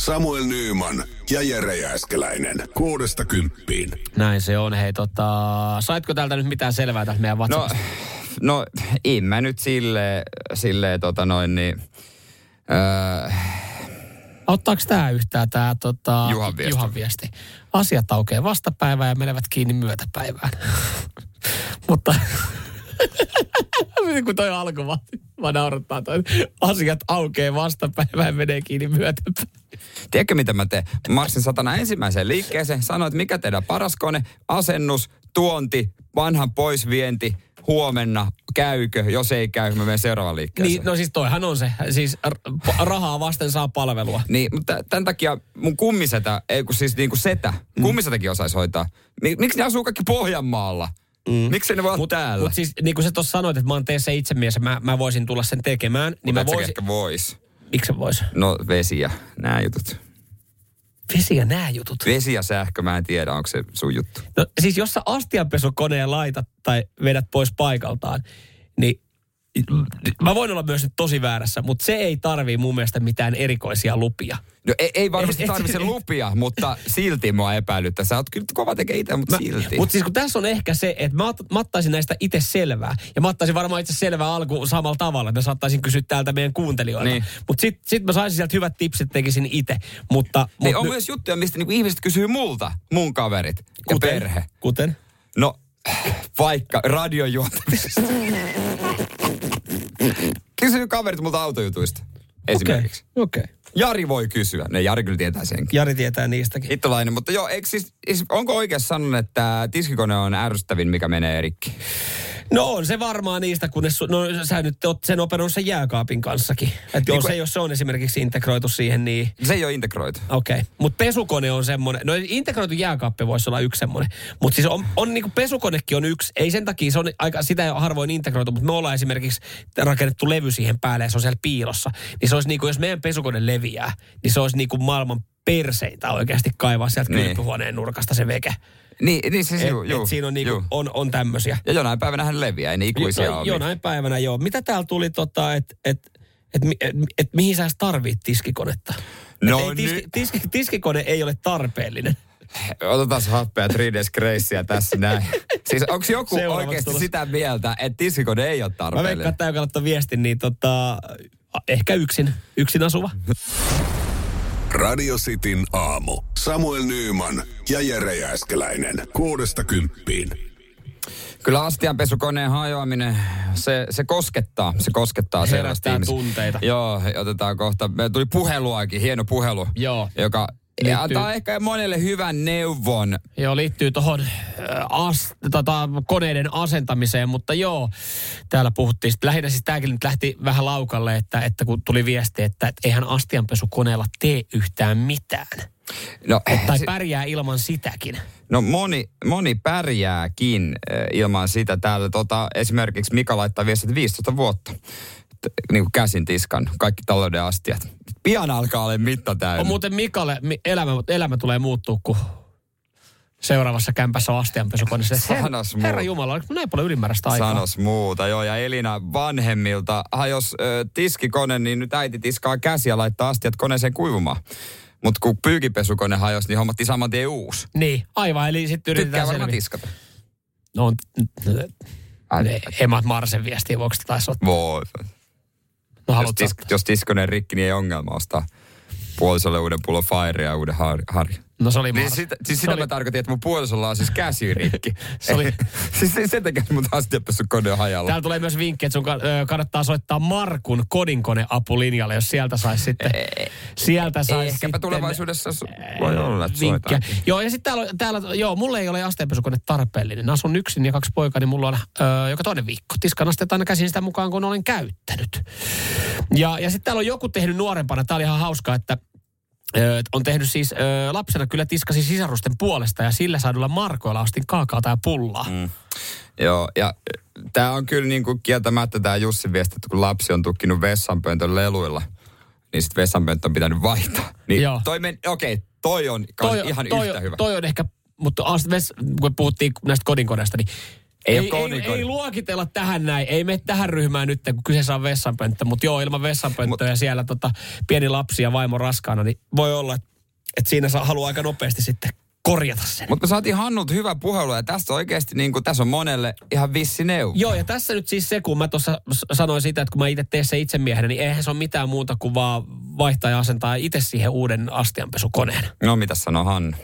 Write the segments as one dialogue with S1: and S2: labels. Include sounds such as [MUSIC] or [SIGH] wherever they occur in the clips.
S1: Samuel Nyyman ja Jere Jääskeläinen. Kuudesta kymppiin.
S2: Näin se on. Hei, tota, saitko täältä nyt mitään selvää tästä meidän
S3: [LAUGHS] No,
S2: WhatsAppista?
S3: no en mä nyt sille, sille tota noin niin, öö,
S2: Auttaako tämä yhtään tämä tota,
S3: Juhan viesti.
S2: Juhan viesti? Asiat aukeaa vastapäivään ja menevät kiinni myötäpäivään. [LAUGHS] Mutta [LAUGHS] Miten kun toi alku vaan, vaan naurattaa toi. Asiat aukeaa vastapäivään ja menee kiinni myötäpäivään.
S3: tiedätkö mitä mä teen? Marssin satana ensimmäiseen liikkeeseen, sanoin, että mikä teidän paras kone, asennus, tuonti, vanhan poisvienti, huomenna, käykö, jos ei käy, mä menen seuraavaan liikkeeseen.
S2: Niin, no siis toihan on se. Siis r- pa- rahaa vasten saa palvelua.
S3: Niin, mutta tämän takia mun kummisetä, ei kun siis niin kuin setä,
S2: Mm.
S3: kummisetäkin osaisi hoitaa. Ni, miksi ne asuu kaikki Pohjanmaalla? Mm. Miksi ne voi olla täällä?
S2: Mutta siis niin kuin sä tuossa sanoit, että mä oon tee se itse mies ja mä, mä voisin tulla sen tekemään. Niin
S3: Mutta
S2: mä
S3: et sä
S2: voisin...
S3: ketkä vois.
S2: Miksi sä vois?
S3: No vesiä, nämä jutut.
S2: Vesi ja nää jutut.
S3: Vesi ja sähkö, mä en tiedä, onko se sun juttu.
S2: No siis jos sä astianpesukoneen laitat tai vedät pois paikaltaan, niin mä voin olla myös nyt tosi väärässä, mutta se ei tarvii mun mielestä mitään erikoisia lupia.
S3: No ei, ei varmasti
S2: Et- et-
S3: tarvitse
S2: et-
S3: lupia, mutta silti mua epäilyttää. Sä oot kyllä kova tekee itse, mutta silti.
S2: Mutta siis kun tässä on ehkä se, että mä, ot- mä ottaisin näistä itse selvää. Ja mä ottaisin varmaan itse selvää alkuun samalla tavalla, että mä saattaisin kysyä täältä meidän kuuntelijoilta.
S3: Niin.
S2: Niin. Mutta sitten sit mä saisin sieltä hyvät tipsit, tekisin itse. Mutta, mut
S3: niin on myös juttuja, mistä niinku ihmiset kysyy multa, mun kaverit ja perhe.
S2: Kuten?
S3: No, vaikka radiojuontamista. Kysyy kaverit multa autojutuista esimerkiksi. Okay.
S2: Okei. Okay.
S3: Jari voi kysyä. Ne Jari kyllä tietää senkin.
S2: Jari tietää niistäkin.
S3: Hittolainen, mutta joo, eikö siis, siis, onko oikeassa sanonut, että tiskikone on ärsyttävin, mikä menee rikki?
S2: No on se varmaan niistä, kunnes su- no, sä nyt oot sen operoinut sen jääkaapin kanssakin. Että
S3: Niin
S2: niin
S3: kun-
S2: se, jos se on esimerkiksi integroitu siihen, niin
S3: Se ei ole integroitu.
S2: okei. Okay. Mutta pesukone on semmoinen, no integroitu jääkaappi voisi olla yksi semmoinen. Mutta siis on, on niinku pesukonekin on yksi, ei sen takia, se on aika, sitä ei ole harvoin integroitu, mutta me ollaan esimerkiksi rakennettu levy siihen päälle ja se on siellä piilossa. Niin se olisi niinku, jos meidän pesukone leviää, niin se olisi niinku maailman perseintä oikeasti kaivaa sieltä
S3: Niin.
S2: niin. kylpyhuoneen nurkasta se veke.
S3: Niin, niin siis
S2: Et,
S3: juu, juu,
S2: et siinä on, niinku,
S3: juu.
S2: on, on tämmöisiä.
S3: Ja jonain päivänä hän leviää, ei ne ikuisia
S2: Jo- no,
S3: ole.
S2: Jonain päivänä joo. Mitä täällä tuli, tota, että et, et, mi- et, et, mihin sä edes tarvit tiskikonetta? Et
S3: No
S2: ei, tiski,
S3: nyt-
S2: tiski, tiskikone ei ole tarpeellinen.
S3: Otetaan happea 3 Graceä tässä
S2: [LAUGHS]
S3: näin. Siis onko joku
S2: Seuraavaksi
S3: oikeasti
S2: tulossa.
S3: sitä mieltä, että tiskikone ei ole
S2: Mä
S3: tarpeellinen?
S2: veikkaan, että tää, joka laittoi viestin, niin tota, a- ehkä yksin, yksin asuva.
S1: Radio Cityn aamu. Samuel Nyyman ja Jere Jääskeläinen. Kuudesta kymppiin.
S3: Kyllä astianpesukoneen hajoaminen, se, se koskettaa, se koskettaa
S2: Herättää
S3: selvästi ihmisiä.
S2: tunteita.
S3: Joo, otetaan kohta. Meillä tuli puheluakin, hieno puhelu.
S2: Joo.
S3: Joka
S2: Liittyy-
S3: antaa ehkä monelle hyvän neuvon.
S2: Joo, liittyy tuohon as, tota, koneiden asentamiseen, mutta joo, täällä puhuttiin. Sitten lähinnä siis tämäkin nyt lähti vähän laukalle, että, että kun tuli viesti, että, että eihän astianpesukoneella tee yhtään mitään.
S3: No,
S2: Tai
S3: se-
S2: pärjää ilman sitäkin.
S3: No moni, moni pärjääkin eh, ilman sitä täällä. Tota, esimerkiksi Mika laittaa viestit 15 vuotta. T- niin kuin käsin tiskan kaikki talouden astiat. Pian alkaa olla mitta täynnä.
S2: On muuten Mikalle, mi- elämä, elämä tulee muuttuu, kun seuraavassa kämpässä on astianpesukone. Sille, "Her-
S3: Sanas muuta.
S2: Herra Jumala, onko näin paljon ylimääräistä aikaa?
S3: Sanos muuta, joo. Ja Elina vanhemmilta, ah, jos ö, tiskikone, niin nyt äiti tiskaa käsiä ja laittaa astiat koneeseen kuivumaan. Mutta kun pyykipesukone hajosi, niin hommattiin saman tien uusi.
S2: Niin, aivan. Eli sitten
S3: Tykkää
S2: yritetään
S3: varmaan
S2: selviä.
S3: tiskata.
S2: No, on-
S3: Ai,
S2: ne- Emma Marsen viestiä, voiko sitä taas ottaa?
S3: Voi.
S2: No,
S3: Jos,
S2: haluat
S3: tisk, jos tiskone on rikki, niin ei ongelma ostaa puolisolle uuden pullon fairia ja uuden har, harja.
S2: No se oli
S3: Niin
S2: Mars.
S3: sitä, siis
S2: Se
S3: sitä
S2: oli-
S3: mä tarkoitin, että mun puolisolla on siis käsi [LAUGHS] rikki.
S2: Se oli-
S3: siis se- sen takia mun astiapessukone on hajalla.
S2: Täällä tulee myös vinkki, että sun ka- ö, kannattaa soittaa Markun kodinkoneapulinjalle, jos sieltä saisi sitten... Sieltä saisi
S3: Ehkäpä
S2: sitten-
S3: tulevaisuudessa su- voi olla, että
S2: vinkkejä.
S3: soitaan.
S2: Joo, ja sitten täällä, on- täällä, joo, mulle ei ole asteenpesukone tarpeellinen. Asun yksin ja kaksi poikaa, niin mulla on öö, joka toinen viikko. Tiskan asteet aina käsin sitä mukaan, kun olen käyttänyt. Ja, ja sitten täällä on joku tehnyt nuorempana, tää oli ihan hauskaa, että Öö, on tehnyt siis, öö, lapsena kyllä tiskasi sisarusten puolesta ja sillä saadulla markoilla ostin kaakaota ja pullaa. Mm.
S3: Joo, ja tämä on kyllä niin kuin kieltämättä tämä Jussin viesti, että kun lapsi on tukkinut vessanpöntön leluilla, niin sitten vessanpöntö on pitänyt vaihtaa. Niin
S2: Joo.
S3: toi men, okei, okay, toi on kans ihan
S2: toi,
S3: yhtä hyvä.
S2: Toi on ehkä, mutta as- ves- kun puhuttiin näistä kodinkoneista, niin
S3: Ei
S2: ei,
S3: oo
S2: ei, ei,
S3: kodinkone.
S2: ei luokitella tähän näin. Ei mene tähän ryhmään nyt, kun kyseessä on vessanpönttö. Mutta joo, ilman vessanpönttöä ja siellä tota, pieni lapsi ja vaimo raskaana, niin voi olla, että et siinä saa, haluaa aika nopeasti sitten korjata sen.
S3: Mutta me saatiin Hannulta hyvä puhelu ja tästä oikeasti niin kuin, tässä on monelle ihan vissi neuvo.
S2: Joo, ja tässä nyt siis se, kun mä tuossa s- sanoin sitä, että kun mä itse teen se itse miehenä, niin eihän se ole mitään muuta kuin vaan vaihtaa ja asentaa itse siihen uuden astianpesukoneen.
S3: No mitä sanoo Hannu?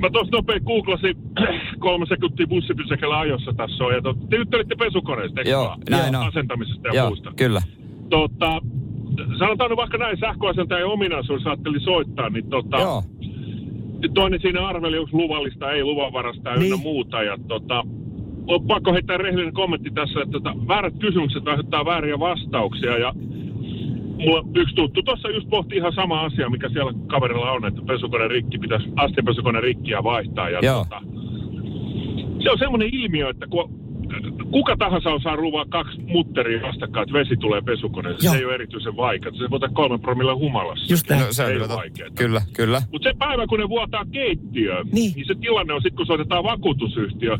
S4: Mä tuossa nopein googlasin [CLEARS THROAT] kolme sekuntia bussipysäkellä ajossa tässä on. Ja to, te nyt olitte pesukoneesta, eikö
S3: Joo,
S4: vaan?
S3: näin on.
S4: Asentamisesta ja
S3: Joo,
S4: muusta.
S3: kyllä.
S4: Tota, sanotaan nyt vaikka näin, sähköasentajan ominaisuus saatteli soittaa, niin tota,
S3: Joo.
S4: toinen siinä arveli, onko luvallista, ei luvanvarasta ja
S2: Niin.
S4: niin. ynnä muuta. Ja tota, on pakko heittää rehellinen kommentti tässä, että tota, väärät kysymykset aiheuttaa vääriä vastauksia. Ja mulla yksi tuttu tuossa just pohti ihan sama asia, mikä siellä kaverilla on, että pesukone rikki pitäisi, astepesukone rikkiä vaihtaa. Ja
S3: Joo.
S4: Tota, se on semmoinen ilmiö, että kun kuka tahansa osaa ruuvaa kaksi mutteria vastakkain, että vesi tulee pesukoneeseen.
S2: Joo.
S4: Se ei ole erityisen vaikea. Se voi olla kolmen promille humalassa.
S2: Just näin.
S3: No, se on
S4: Ei
S3: kyllä,
S4: ole
S3: totta.
S4: vaikeeta.
S3: kyllä, kyllä.
S4: Mutta se päivä, kun ne vuotaa keittiöön,
S2: Niin.
S4: niin, niin se tilanne on sitten, kun soitetaan vakuutusyhtiö.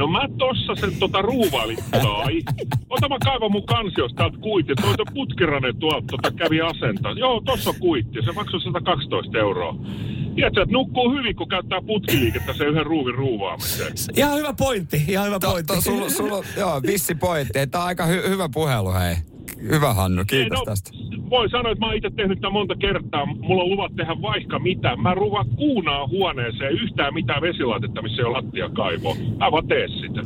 S4: No mä tossa sen tota ruuvailin, tai ota mä kaivan mun kansiosta täältä kuitti. Toi se putkiranen tuolta tota, kävi asentaa. Joo, tossa on kuitti. Se maksoi 112 euroa. Tiedätkö, että nukkuu hyvin, kun käyttää putkiliikettä sen yhden ruuvin ruuvaamiseen.
S2: Ihan hyvä pointti, ihan hyvä
S3: To, to, sul, sul, on- joo, vissi pointti. Tämä on aika hy, hyvä puhelu, hei. Hyvä Hannu, kiitos
S4: Ei,
S3: tästä.
S4: Voin No, sanoa, että mä oon itse tehnyt tämän monta kertaa. Mulla on luvat tehdä vaikka mitä. Mä ruvaan kuunaa huoneeseen yhtään mitään vesilaitetta, missä ei ole lattiakaivoa. Mä vaan tee sitä.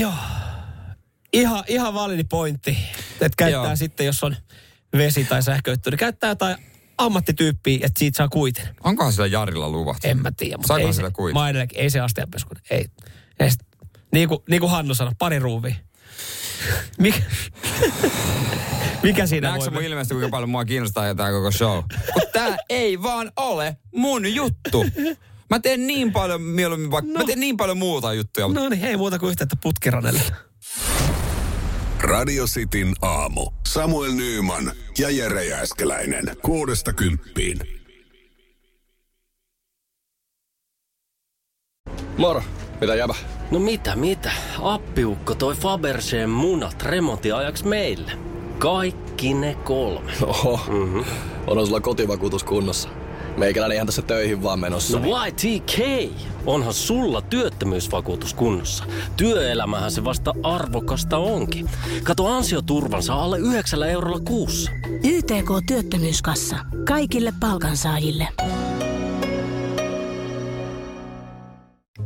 S2: Joo. Ihan, ihan validi pointti. Että käyttää
S3: Joo.
S2: sitten, jos on vesi tai sähköyhtiö, niin käyttää jotain ammattityyppiä, että siitä saa kuitin.
S3: Onkohan sillä Jarilla luvat?
S2: En mä tiedä. Mutta
S3: Saiko
S2: ei,
S3: hän
S2: se,
S3: sillä kuitin?
S2: mä edelläkin, ei se astianpesukone. Ei. ei sit, niin, kuin, niin kuin Hannu sanoi, pari ruuvia. Mikä, [LAUGHS] mikä siinä
S3: Näetkö
S2: voi
S3: sä mun ilmeisesti, kuinka paljon mua kiinnostaa tämä koko show? Kun tää ei vaan ole mun juttu. Mä teen niin paljon mieluummin, vaikka, no. mä teen niin paljon muuta juttuja, mutta
S2: No niin, ei muuta kuin yhteyttä putkiranelle.
S1: Radio Cityn aamu. Samuel Nyyman ja Jere Jääskeläinen. Kuudesta kymppiin.
S5: Moro, mitä jäbä?
S6: No mitä, mitä? Appiukko toi Faberseen munat remontiajaksi meille. Kaikki ne kolme.
S1: No.
S5: Oho, mm-hmm. on sulla kotivakuutus kunnossa. Meikäläinen ihan tässä töihin vaan menossa.
S6: No YTK! Onhan sulla työttömyysvakuutus kunnossa. Työelämähän se vasta arvokasta onkin. Kato ansioturvansa alle 9 eurolla kuussa.
S7: YTK Työttömyyskassa. Kaikille palkansaajille.